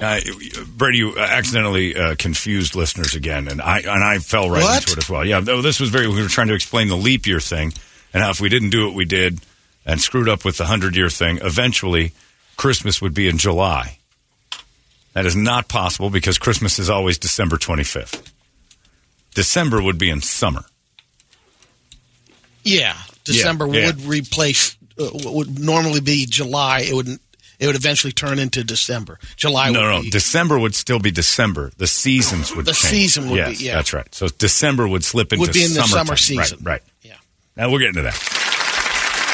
Uh, Brady, you accidentally uh, confused listeners again, and I and I fell right What? into it as well. Yeah, no, this was very. We were trying to explain the leap year thing, and how if we didn't do what we did and screwed up with the hundred year thing, eventually Christmas would be in July. That is not possible because Christmas is always December twenty fifth. December would be in summer. Yeah, December Yeah, yeah. would replace uh, what would normally be July. It would it would eventually turn into December. July. no, would no, Be, December would still be December. The seasons would The change. season would Yes, be- yeah. that's right. So December would slip into Would be in the summertime. summer season. Right, right. yeah. Now we'll get into that.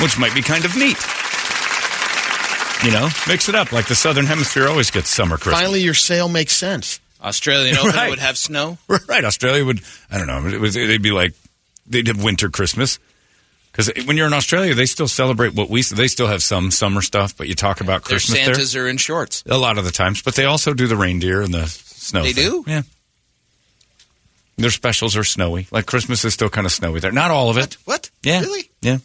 Which might be kind of neat. You know, mix it up. Like the Southern Hemisphere always gets summer Christmas. Finally, your sale makes sense. Australian Open Right. would have snow. Right. Australia would, I don't know, it was, they'd be like, they'd have winter Christmas. Because when you're in Australia, they still celebrate what we, they still have some summer stuff, but you talk about Their Christmas there Santas are in shorts. a lot of the times, but they also do the reindeer and the snow. They thing. do? Yeah. Their specials are snowy. Like Christmas is still kind of snowy there. Not all of it. What? Yeah. Really? Yeah.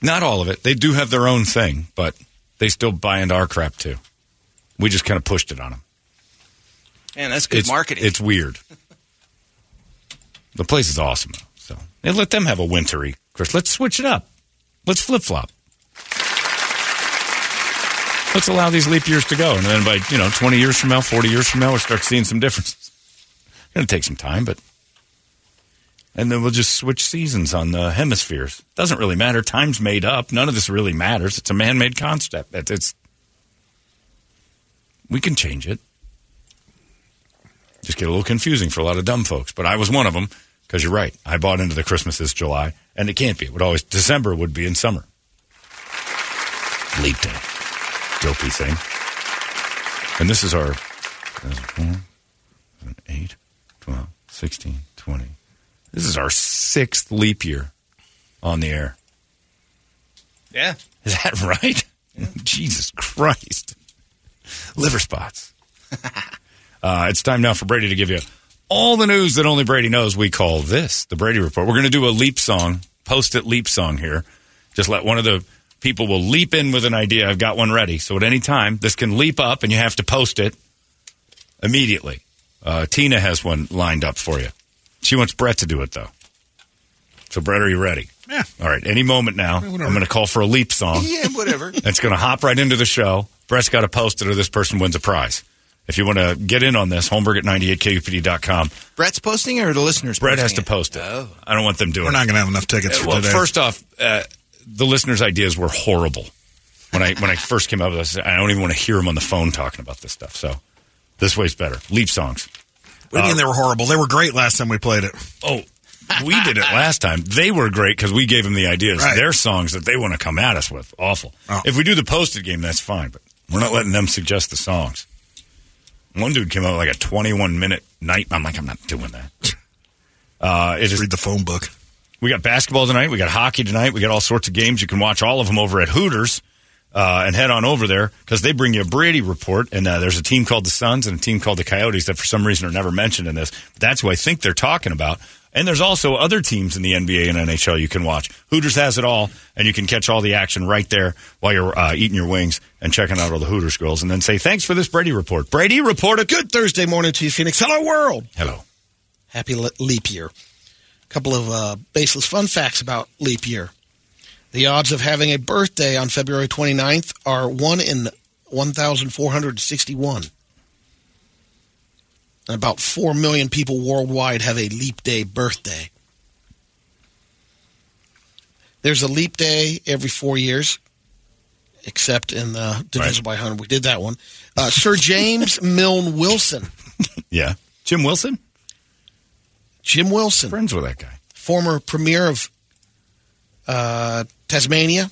Not all of it. They do have their own thing, but they still buy into our crap too. We just kind of pushed it on them. Man, that's good it's marketing. It's weird. the place is awesome. though. So and let them have a wintry Chris. Let's switch it up. Let's flip flop. Let's allow these leap years to go, and then by you know twenty years from now, forty years from now, we'll start seeing some differences. Going to take some time, but and then we'll just switch seasons on the hemispheres. Doesn't really matter. Time's made up. None of this really matters. It's a man-made concept. It- It's we can change it just get a little confusing for a lot of dumb folks. But I was one of them because you're right. I bought into the Christmas is July, and it can't be. It would always December would be in summer. Leap day, dopey thing. And this is our that's four, seven, eight, 12, 16, 20. This is our sixth leap year on the air. yeah. Is that right? Jesus Christ. Liver spots. uh, it's time now for Brady to give you all the news that only Brady knows. We call this the Brady Report. We're going to do a leap song, post it leap song here. Just let one of the people will leap in with an idea. I've got one ready. So at any time, this can leap up and you have to post it immediately. Uh, Tina has one lined up for you. She wants Brett to do it, though. So, Brett, are you ready? Yeah. All right. Any moment now, I'm going to call for a leap song. Yeah, whatever. It's going to hop right into the show. Brett's got to post it or this person wins a prize. If you want to get in on this, Holmberg at 98kupd.com. Brett's posting it or the listeners Brett has posting to post it. I don't want them doing Oh. We're it. not going to have enough tickets for well, today. first off, uh, the listeners' ideas were horrible. When I when I first came up with this, I don't even want to hear them on the phone talking about this stuff. So this way's better. Leap songs. what do you mean they were horrible? They were great last time we played it. Oh, we did it last time. They were great because we gave them the ideas. Right. Their songs that they want to come at us with. Awful. Oh. If we do the posted game, that's fine, but we're not letting them suggest the songs. One dude came out with like a 21 minute night. I'm like, I'm not doing that. Uh, it is, Read the phone book. we got basketball tonight. We got hockey tonight. We got all sorts of games. You can watch all of them over at Hooters uh, and head on over there because they bring you a Brady report. And uh, there's a team called the Suns and a team called the Coyotes that for some reason are never mentioned in this. But that's who I think they're talking about. And there's also other teams in the NBA and NHL you can watch. Hooters has it all, and you can catch all the action right there while you're uh, eating your wings and checking out all the Hooters girls. And then say thanks for this Brady report. Brady report a good. Good Thursday morning to you, Phoenix. Hello, world. Hello. Happy le- leap year. couple of uh, baseless fun facts about leap year. The odds of having a birthday on February 29th are 1 in 1,461. And about 4 million people worldwide have a leap day birthday. There's a leap day every four years, except in the divisible by 100. We did that one. Uh, Sir James Milne Wilson. Yeah. Jim Wilson? Jim Wilson, Friends with that guy. former premier of uh, Tasmania,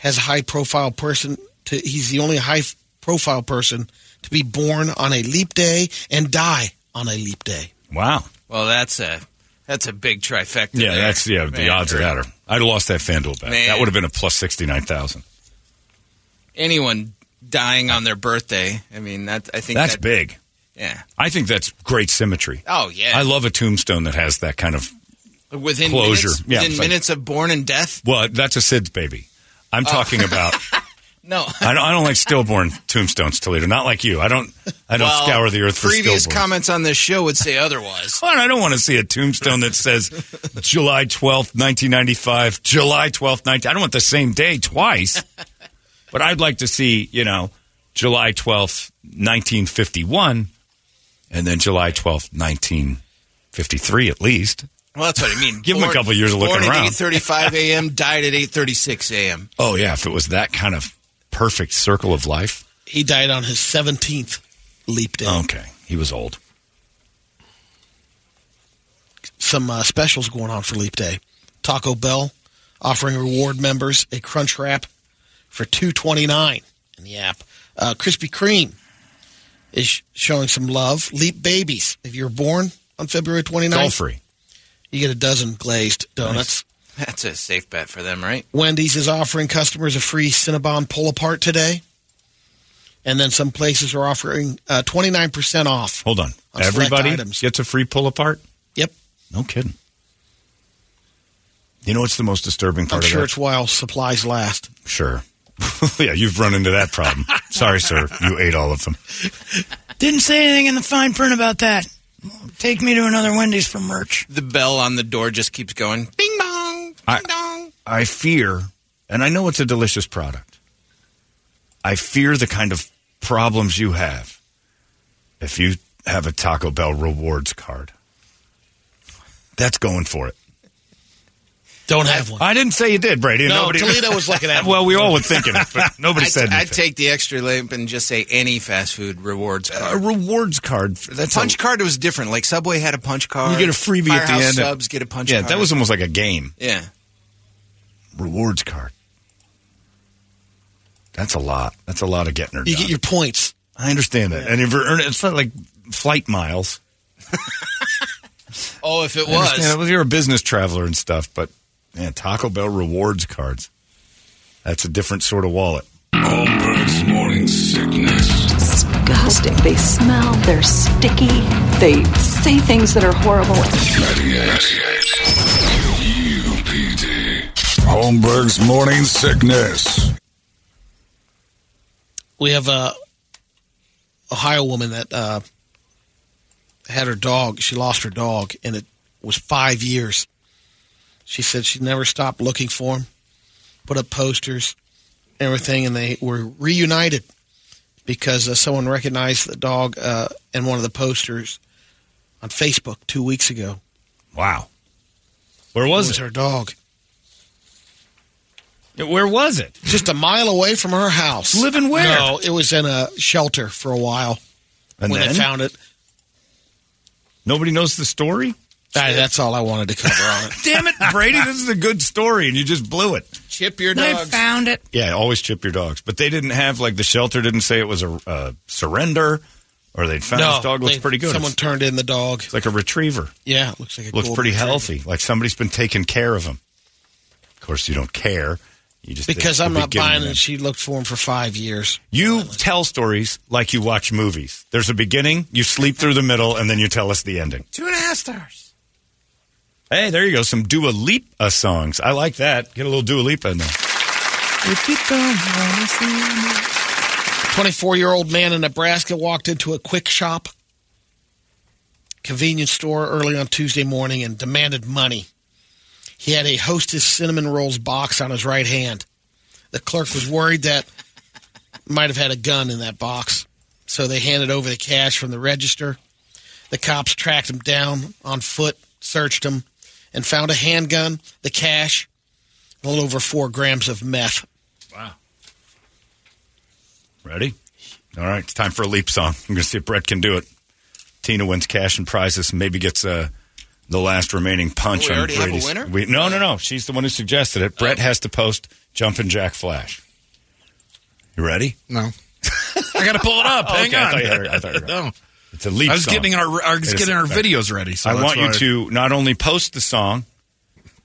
has a high profile person. To, he's the only high profile person to be born on a leap day and die on a leap day. Wow. Well, that's a that's a big trifecta. Yeah, there. that's yeah. The Man. odds are out. I'd have lost that FanDuel bet. Man. That would have been a plus sixty nine thousand. Anyone dying on their birthday. I mean, that I think That's that- big. Yeah. I think that's great symmetry. Oh yeah. I love a tombstone that has that kind of. within closure. Minutes, Yeah, within but- minutes of born and death. Well, that's a Sid's baby. Oh. I'm talking about. No. I don't, I don't like stillborn tombstones, Toledo. Not like you. I don't. I don't Well, scour the earth for Previous stillborn. comments on this show would say otherwise. Come on, I don't want to see a tombstone that says July 12th, 1995, July 12th, 19. I don't want the same day twice. but I'd like to see, you know, July 12th, 1951, and then July 12th, 1953 at least. Well, that's what I mean. Give 'em a couple years of looking born around. at 8:35 a.m., died at 8:36 a.m. Oh, yeah, if it was that kind of perfect circle of life. He died on his 17th leap day. Okay, he was old. Some uh, specials going on for leap day. Taco Bell offering reward members a crunch wrap for 229 in the app. Uh, Krispy Kreme is sh- showing some love. Leap Babies, if you're born on February 29th, It's all free. you get a dozen glazed donuts. That's a safe bet for them, right? Wendy's is offering customers a free Cinnabon pull apart today. And then some places are offering uh, 29% off. Hold on. On select Everybody items. gets a free pull apart? Yep. No kidding. You know what's the most disturbing I'm part of sure that? it's while supplies last. Sure. yeah, you've run into that problem. Sorry, sir. You ate all of them. Didn't say anything in the fine print about that. Take me to another Wendy's for merch. The bell on the door just keeps going. Bing bong, bing I- dong. I fear, and I know it's a delicious product, I fear the kind of problems you have if you have a Taco Bell rewards card. That's going for it. Don't have one. I didn't say you did, Brady. No, nobody, Toledo was looking at me. Well, we all were thinking it, but nobody I'd, said I'd anything. take the extra limp and just say any fast food rewards a card. rewards card. for- That's punch a, card was different. Like Subway had a punch card. You get a freebie at the Firehouse end. Subs get a punch Yeah, card. that was almost like a game. yeah. rewards card. That's a lot. That's a lot of getting her You done. get your points. I understand that. And if you're earning, it's not like flight miles. Oh, if it I understand was. that. You're a business traveler and stuff, but man, Taco Bell rewards cards. That's a different sort of wallet. Holmberg's morning sickness. disgusting. They smell, they're sticky, they say things that are horrible. 98. 98. UPD. Holmberg's morning sickness. We have a Ohio woman that uh, had her dog. She lost her dog, and it was five years. She said she never stopped looking for him, put up posters, everything, and they were reunited because uh, someone recognized the dog uh, in one of the posters on Facebook two weeks ago. Wow. Where It was was it? her dog, Where was it? just a mile away from her house. Living where? No, it was in a shelter for a while And when then they found it. nobody knows the story. Ah, that's all I wanted to cover on it. Damn it, Brady! This is a good story, and you just blew it. Chip your They dogs. found it. Yeah, always chip your dogs. But they didn't have like the shelter didn't say it was a uh, surrender, or they'd found this dog looks they- pretty good. Someone it's, turned in the dog. it's like a retriever. Yeah, it looks like a Looks golden pretty retriever. healthy. Like somebody's been taking care of him. Of course, you don't care. You just Because think I'm we'll be not giving buying them- that she looked for him for five years. You tell stories like you watch movies. There's a beginning, you sleep through the middle, and then you tell us the ending. Two and a half stars. Hey, there you go. Some Dua Lipa songs. I like that. Get a little Dua Lipa in there. 24 year old man in Nebraska walked into a quick shop convenience store early on Tuesday morning and demanded money. He had a Hostess cinnamon rolls box on his right hand. The clerk was worried that might have had a gun in that box, so they handed over the cash from the register. The cops tracked him down on foot, searched him, and found a handgun, the cash, a little over four grams of meth. Ready? All right, it's time for a leap song. I'm going to see if Brett can do it. Tina wins cash and prizes and maybe gets uh, the last remaining punch Oh, we on already have a Brady's. winner? We, no, no, no. She's the one who suggested it. Oh. Brett has to post Jumpin' Jack Flash. You ready? No. I got to pull it up. Oh, Hang okay, I on. thought you heard- I thought you heard. no. It's a leap I was song. getting our I was It is- getting our okay. videos ready. So I that's want you why- to not only post the song,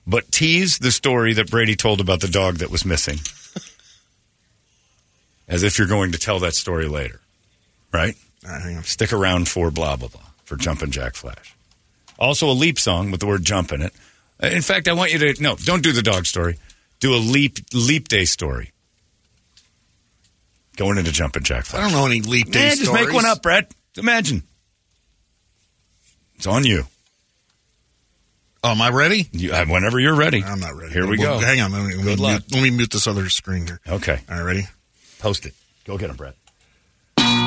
but tease the story that Brady told about the dog that was missing. As if you're going to tell that story later. Right? All right, hang on. Stick around for blah, blah, blah, for Jumpin' Jack Flash. Also, a leap song with the word jump in it. Uh, In fact, I want you to, no, don't do the dog story. Do a leap, leap day story. Going into Jumpin' Jack Flash. I don't know any leap day Eh, stories. just make one up, Brett. Imagine. It's on you. Oh, am I ready? You, uh, whenever you're ready. I'm not ready. Here we Well, go. Hang on. Let me, let me Good luck. mute, let me mute this other screen here. Okay. All right, ready? Post it. Go get him, Brett.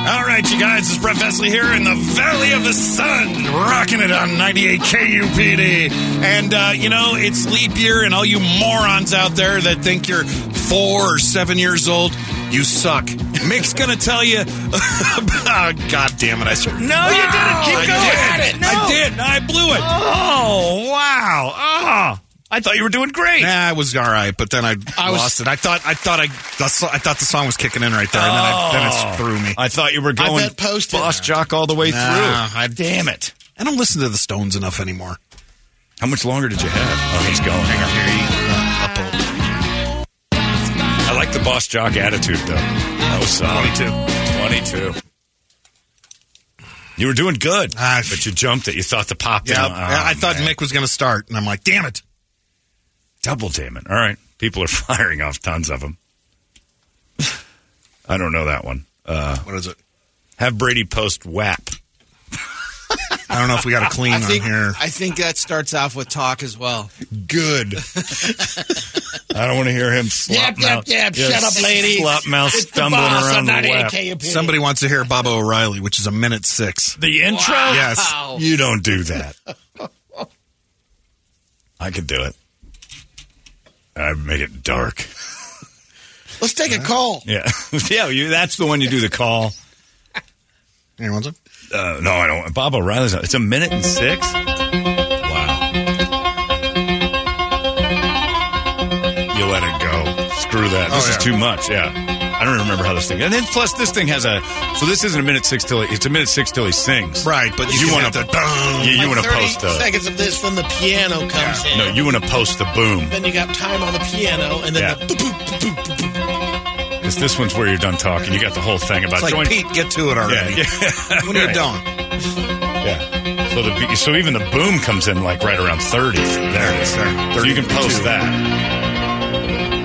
All right, you guys, it's Brett Vesley here in the Valley of the Sun, rocking it on 98 KUPD. And, uh, you know, it's leap year, and all you morons out there that think you're four or seven years old, you suck. Mick's going to tell you. oh, God damn it. I swear. No, you didn't. Keep I going. Did. I No. did. I blew it. Oh, wow. Ah, I thought you were doing great. Nah, it was all right, but then I, I was- lost it. I thought I thought I the so- I thought the song was kicking in right there, and then, I, then it threw me. Oh. I thought you were going bet post it. boss jock all the way Nah, Ah, through. I- Damn it. I don't listen to the Stones enough anymore. How much longer did you have? Oh, he's going. Hang on. I like the boss jock attitude, though. That was solid. 22. 22. You were doing good, Ah, but you jumped it. You thought the pop Yeah, down. I- I Oh, thought man. Mick was going to start, and I'm like, damn it. Double damn it. All right. People are firing off tons of them. I don't know that one. Uh, What is it? have Brady post WAP. I don't know if we got a clean I on think, here. I think that starts off with talk as well. Good. I don't want to hear him slop Yap, yap, mouth. yap. Shut up, lady. Slop mouth It's the stumbling boss around on the 98 WAP. KUPD. Somebody wants to hear Bob O'Reilly, which is a minute six. The intro? Yes. You don't do that. I could do it. I'd make it dark. Let's take a call. Yeah. yeah, you, that's the one you do the call. Here, wants it? Uh, no, I don't. Bob O'Reilly's. It's a minute and six. Wow. You let it go. Screw that. This Oh, yeah. is too much. Yeah. I don't remember how this thing. And then plus this thing has a. So this isn't a minute six till he, it's a minute six till he sings. Right, but you, You want wanna- to. Yeah, you Like want to 30 post the. seconds of this, then the piano comes in. No, you want to post the boom Then you got time on the piano, and then Yeah. the boop, boop, boop, boop, boop, boop. because this one's where you're done talking. You got the whole thing about It's like, joint. Pete, get to it Yeah, already. yeah, When are you Right. done? yeah. So the be- so even the boom comes in like right around thirty. There it is. There. So you can 32. post that.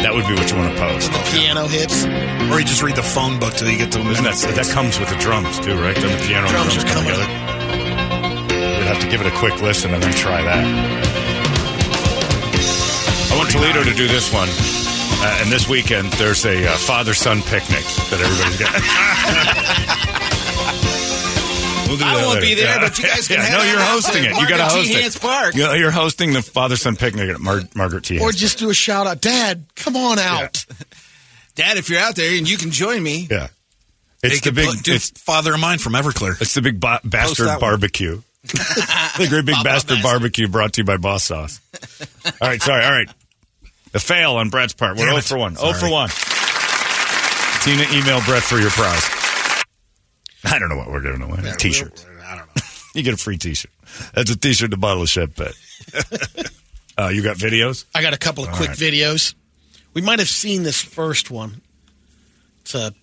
That would be what you want to post. the piano hits. Or you just read the phone book till you get to Isn't minute that six. that comes with the drums too, right? Then the piano and Drums drums, are come coming. together. We'd have to give it a quick listen and then try that. I want Toledo to do this one. Uh, and this weekend, there's a uh, father son picnic that everybody's got. We'll do I that won't later. be there, Yeah. but you guys can Yeah, have No, it you're at hosting it. You Margaret got to T. host Hance it. Park. You- You're hosting the father son picnic at Mar- Margaret T. Or Hance. just do a shout out. Dad, come on out. Dad, if you're out there and you can join me, yeah. They It's the could big. put- do it's, father of mine from Everclear. It's the big ba- that bastard one. barbecue. the great big bastard barbecue brought to you by Boss Sauce. All right, sorry. All right. The fail on Brett's part. We're Damn 0 it. Oh for 1. 0 Sorry. for 1. Tina, email Brett for your prize. I don't know what we're giving away. A t shirt. I don't know. You get a free t shirt. That's a t shirt and a bottle of champagne. uh, you got videos? I got a couple of quick right. videos. We might have seen this first one. It's a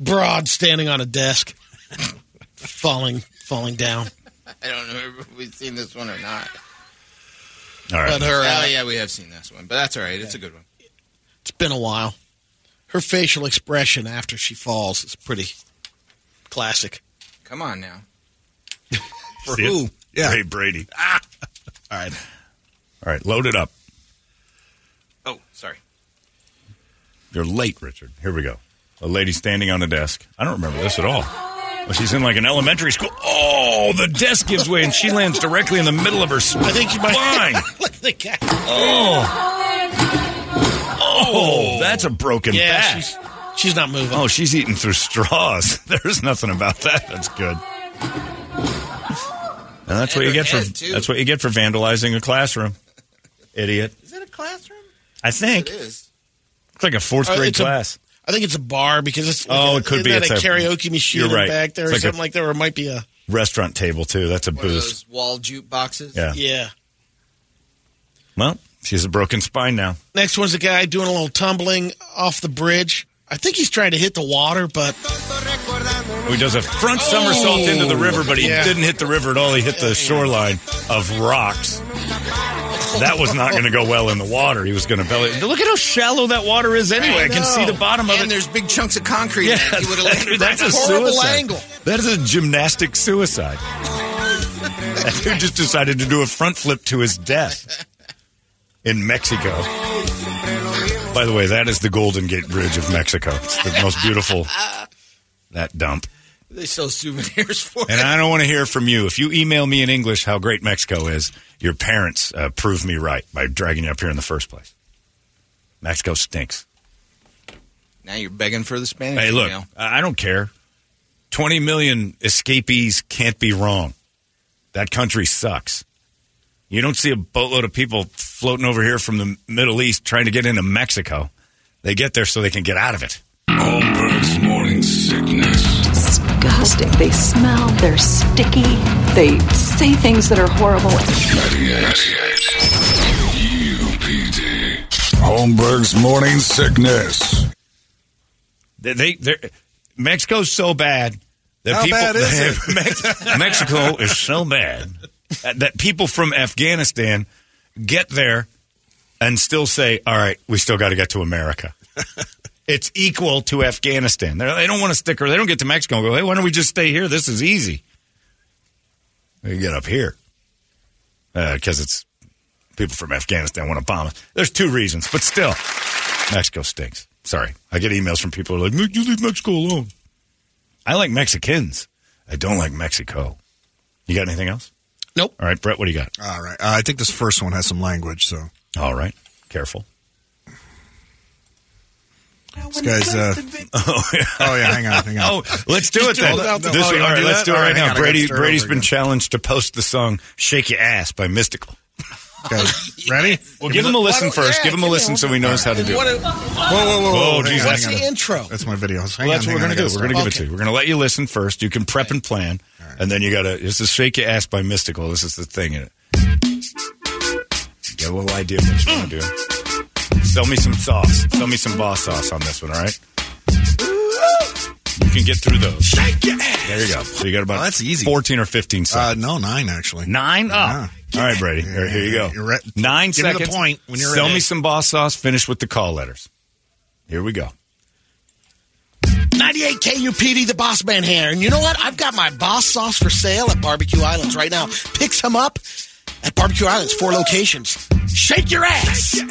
broad standing on a desk, falling, falling down. I don't know if we've seen this one or not. All right. But her, uh, Oh yeah, we have seen this one, but that's all right. It's a good one. it's been a while. Her facial expression after she falls is pretty classic. Come on now. for who? Yeah. Ah. Ray Brady. All right. All right, load it up. Oh, sorry. You're late, Richard. Here we go. A lady standing on a desk. I don't remember this at all. Well, she's in like an elementary school. Oh, the desk gives way and she lands directly in the middle of her spine. I think you might. Look at the cat. Oh. Oh, that's a broken Yeah, back. she's, she's not moving. oh, she's eating through straws. There's nothing about that that's good. And that's what you And her get for head, too. that's what you get for vandalizing a classroom, idiot. Is that a classroom? I think It is. it's like a fourth Uh, grade it's a- class. I think it's a bar because it's like Oh, a, it could isn't be. that It's a a- karaoke machine you're in right. back there or It's like a- something like that, or it might be a Restaurant table too. That's a One of booth. those wall jukeboxes. Yeah. yeah. Well, she has a broken spine now. Next one's a guy doing a little tumbling off the bridge. I think he's trying to hit the water, but He does a front somersault into the river, but he Yeah. didn't hit the river at all. He hit the shoreline of rocks. That was not going to go well in the water. He was going to belly. Look at how shallow that water is anyway. I, can see the bottom of And it. there's big chunks of concrete. Yeah, in it. You would have that- landed that's right a on it. horrible angle. That is a gymnastic suicide. that dude just decided to do a front flip to his death in Mexico. By the way, that is the Golden Gate Bridge of Mexico. It's the most beautiful. That dump. They sell souvenirs for And it. I don't want to hear from you. If you email me in English how great Mexico is, your parents uh, prove me right by dragging you up here in the first place. Mexico stinks. Now you're begging for the Spanish. Hey, look, email. I I don't care. 20 million escapees can't be wrong. That country sucks. You don't see a boatload of people floating over here from the Middle East trying to get into Mexico. They get there so they can get out of it. Holmberg's morning sickness. Disgusting. They smell, they're sticky, they say things that are horrible. 98. UPD. Holmberg's morning sickness. They, they they're- Mexico's so bad that How people bad is Mex- Mexico is so bad that, that people from Afghanistan get there and still say, "All right, we still got to get to America." it's equal to Afghanistan. They're, they don't want to stick or they don't get to Mexico and go, "Hey, why don't we just stay here? This is easy." They get up here because it's people from Afghanistan want to bomb us. There's two reasons, but still. Mexico stinks. Sorry. I get emails from people who are like, "Make- you leave Mexico alone. I like Mexicans. I don't like Mexico. You got anything else? Nope. All right, Brett, what do you got? All right. Uh, I think this first one has some language, so All right. Careful. this guy's. Uh, Oh, yeah. oh yeah, hang on, hang on. Oh, let's do it do all then. that- This- oh, you wanna all right, do let's that? do it All right right, hang now. on, I gotta Brady start over Brady's been again. challenged to post the song "Shake Your Ass" by Mystical. Okay. Ready? Well, give him a listen don't- first. yeah, give him a give me listen one. so he knows how to do what it. a- Whoa, whoa, whoa! Whoa, whoa geez, hang on, that's hang the on. intro. That's my video. Hang Well, on, that's what we're hang on, going I to do. gotta We're going to start. give it to you. We're going to let you listen first. You can prep and plan, and then you got to. This is shake your ass by mystical. This is the thing in it. Get a little idea of what you want to do. Sell me some sauce. Sell me some boss sauce on this one. All right. You can get through those. Shake your ass. There you go. So you got about Oh, that's easy. fourteen or fifteen Uh, seconds. no, nine actually. Nine up. All right, Brady. Here, here you go. You're right. Nine Give me the seconds. point when you're Sell ready. me some boss sauce. Finish with the call letters. Here we go. 98 KUPD, the boss man here. And you know what? I've got my boss sauce for sale at Barbecue Islands right now. Pick some up at Barbecue Islands, four locations. Shake your ass. Not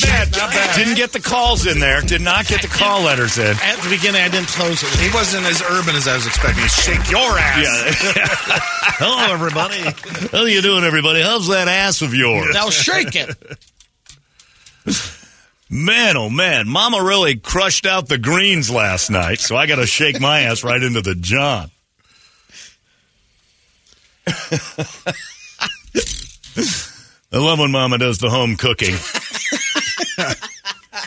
bad. Not bad. Didn't get the calls in there. Did not get the call letters in. At the beginning, I didn't close it. He wasn't as urban as I was expecting. Shake your ass. Hello, everybody. How you doing, everybody? How's that ass of yours? Now shake it. Man, oh man, Mama really crushed out the greens last night, so I got to shake my ass right into the John. I love when Mama does the home cooking.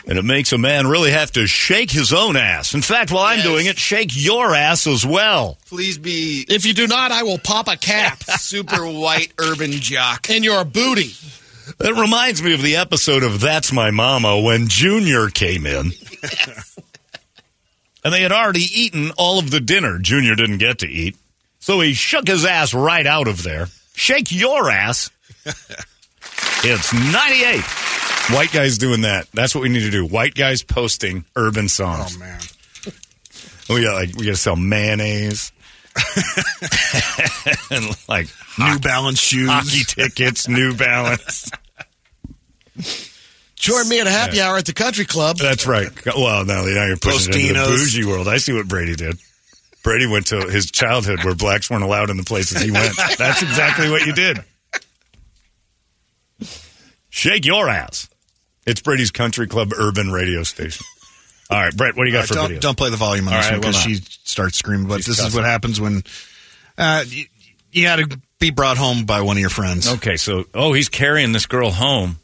and it makes a man really have to shake his own ass. In fact, while I'm Yes. doing it, shake your ass as well. Please be If you do not, I will pop a cap super white urban jock. in your booty. That reminds me of the episode of That's My Mama when Junior came in. and they had already eaten all of the dinner Junior didn't get to eat. So he shook his ass right out of there. Shake your ass. it's 98. White guys doing that. That's what we need to do. White guys posting urban songs. Oh man. We got like we got to sell mayonnaise. and like New Balance shoes. hockey tickets, New Balance. Join me at a happy hour at the country club. That's right. Well, now, now you're pushing it into the Tostinos. bougie world. I see what Brady did. Brady went to his childhood where blacks weren't allowed in the places he went. That's exactly what you did. Shake your ass. It's Brady's Country Club Urban Radio Station. All right, Brett, what do you got for don't, video? don't play the volume on All this right, one because will she starts screaming. But She's this is cussing. what happens when uh, y- you got to be brought home by one of your friends. Okay, so oh, he's carrying this girl home.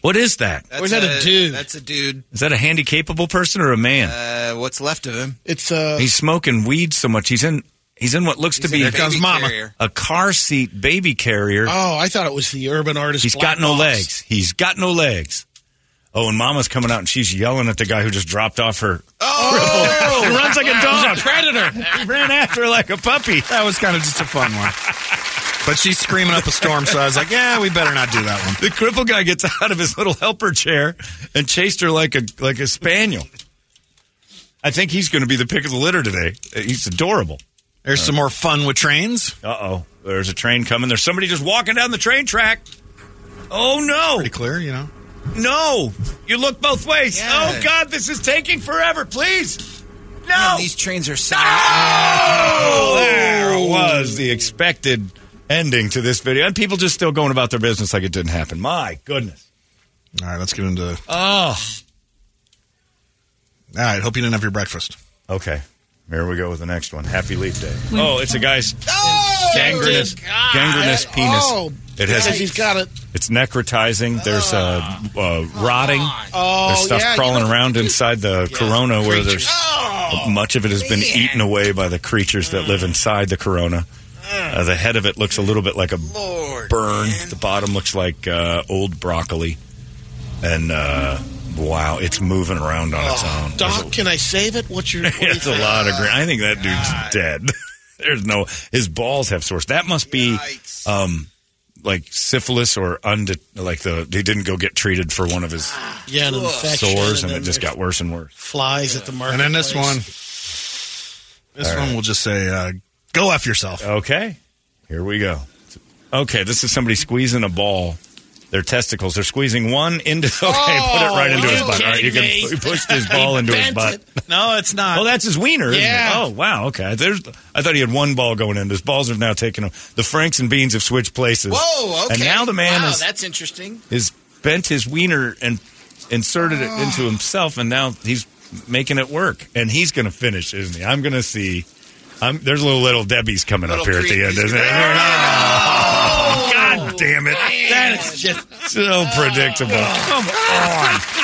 What is that? Where's that a dude? That's a dude. Is that a handy capable person or a man? Uh, what's left of him? It's uh, he's smoking weed so much. He's in. He's in what looks to He's in be a baby a, carrier. car seat baby carrier. oh, I thought it was the urban artist. he's Black got no Box. legs. He's got no legs. Oh, and Mama's coming out and she's yelling at the guy who just dropped off her. Oh, he runs like a dog. predator. He ran after her like a puppy. That was kind of just a fun one. But she's screaming up a storm, so I was like, yeah, we better not do that one. The cripple guy gets out of his little helper chair and chased her like a like a spaniel. I think he's going to be the pick of the litter today. He's adorable. There's some more fun with trains. Uh oh, there's a train coming. There's somebody just walking down the train track. Oh no, Pretty clear, you know. no! You look both ways. Yeah. Oh God, this is taking forever. Please, no. Man, these trains are Oh, there was the expected ending to this video, and people just still going about their business like it didn't happen. My goodness. All right, let's get into. All Oh. right, hope you didn't have your breakfast. Okay. Here we go with the next one. Happy Leap Day. Oh, it's a guy's gangrenous, gangrenous penis. Oh, it has. Guys, he's got it. It's necrotizing. There's uh, uh, rotting. Oh, There's stuff yeah, crawling you know- Oh, around inside the corona where there's much of it has been eaten away by the creatures that live inside the corona. Mm. Uh, the head of it looks a little bit like a burn. The bottom looks like uh, old broccoli. And uh, wow, it's moving around on its own. There's a- Oh, Doc, can I save it? What's your? What do you it's a think? lot of green. I think that dude's dead. There's no his balls have sores. That must be um like syphilis or unde- like the he didn't go get treated for one of his Yeah, an infection sores and Ah, then it just there's got worse and worse. flies at the market. And then this one. This one will just say, uh, go F yourself. Okay. Here we go. Okay, this is somebody squeezing a ball. Their testicles. They're squeezing one into. Okay, put it right into his butt. All right, you can he pushed his ball into his butt. No, it's not. Oh, that's his wiener. isn't it? Yeah. Oh, wow. Okay. There's. I thought he had one ball going in. His balls have now taken him. The Franks and Beans have switched places. Whoa, okay. And now the man wow, is, that's interesting. is bent his wiener and inserted it into himself, and now he's making it work. And he's going to finish, isn't he? I'm going to see. I'm, there's little little Debbie's coming up here at the end, isn't it? Oh, God damn it! That is just so predictable. Come on.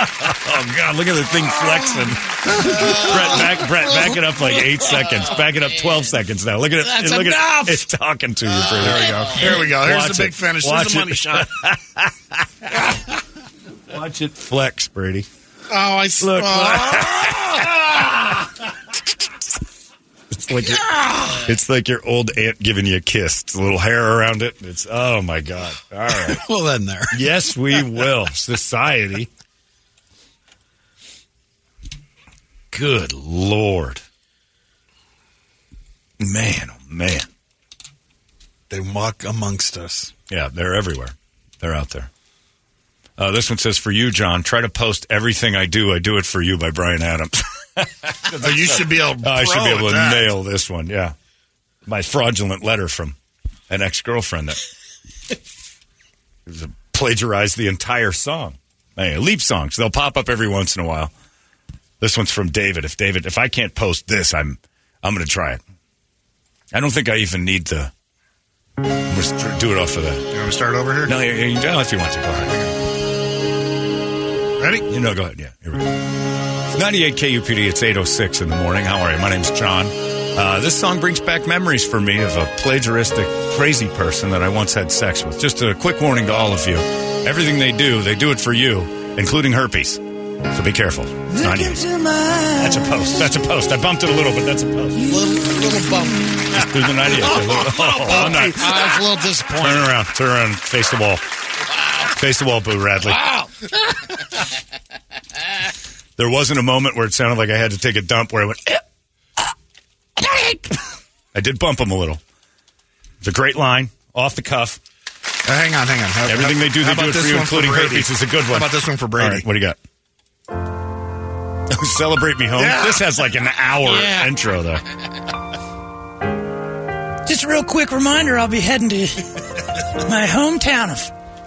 Oh God! Look at the thing flexing. Brett, back, Brett, back it up like eight seconds. Back it up twelve seconds now. Look at it. That's look enough. At it. It's talking to you. Pretty. There we go. Here we go. Here's Oh, Watch the big it. finish. Here's Watch the money it. shot. Watch it flex, Brady. Oh, I s- Look. oh, It's like your, it's like your old aunt giving you a kiss. It's a little hair around it. It's oh my god! All right. well, then there. yes, we will. Society. Good lord, man! Oh man! They walk amongst us. Yeah, they're everywhere. They're out there. Uh, this one says for you, John. Try to post everything I do. I do it for you by Brian Adams. Oh, you should be able. I should pro be at able to that. nail this one. Yeah, my fraudulent letter from an ex girlfriend that it was a- plagiarized the entire song. Hey, leap songs. They'll pop up every once in a while. This one's from David. If David, if I can't post this, I'm I'm going to try it. I don't think I even need the. I'm gonna st- do it off of that. You want me to start over here? No, you, you can do it if you want to. Go ahead. Ready? You know, go ahead. Yeah, here we go. It's 98 KUPD. It's 8.06 in the morning. How are you? My name's John. Uh, this song brings back memories for me of a plagiaristic, crazy person that I once had sex with. Just a quick warning to all of you. Everything they do, they do it for you, including herpes. So be careful. It's 98. That's a post. That's a post. I bumped it a little, but that's a post. little, little bump. Just through the 98. Oh, I'm not. I was a little Turn disappointed. around. Turn around. Face the wall. Face the wall, Boo Radley. Wow. There wasn't a moment where it sounded like I had to take a dump where I went. "Eh, ah, eek." I did bump him a little. It's a great line, off the cuff. Uh, hang on, hang on. How- Everything how- they do, how they about do it this for you, one including Brady? herpes. It's a good How one. about this one for Brady? All right, what do you got? Celebrate me home. Yeah. This has like an hour Yeah. intro though. Just a real quick reminder, I'll be heading to my hometown of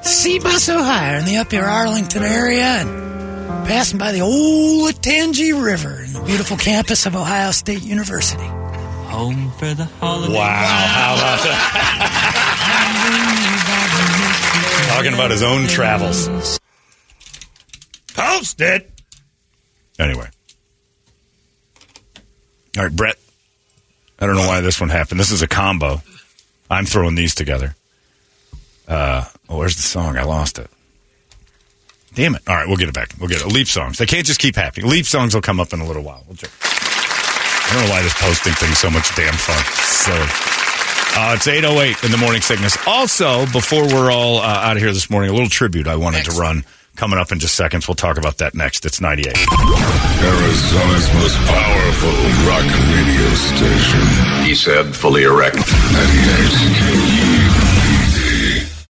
Seabus, Ohio, in the upper Arlington area, and passing by the old Tangi River and the beautiful campus of Ohio State University. home for the holiday. Wow. How about that? Talking about his own travels. Post it. Anyway. All right, Brett. I don't know why this one happened. This is a combo. I'm throwing these together. Uh, oh, where's the song? I lost it. Damn it. All right, we'll get it back. We'll get it. Leap songs. They can't just keep happening. Leap songs will come up in a little while. We'll check. I don't know why this posting thing's so much damn fun. Silly. Uh, it's 8.08 in the morning sickness. Also, before we're all uh, out of here this morning, a little tribute I wanted to run coming up in just seconds. We'll talk about that next. It's 98. Arizona's most powerful rock radio station. He said, fully erect. 98 KU. E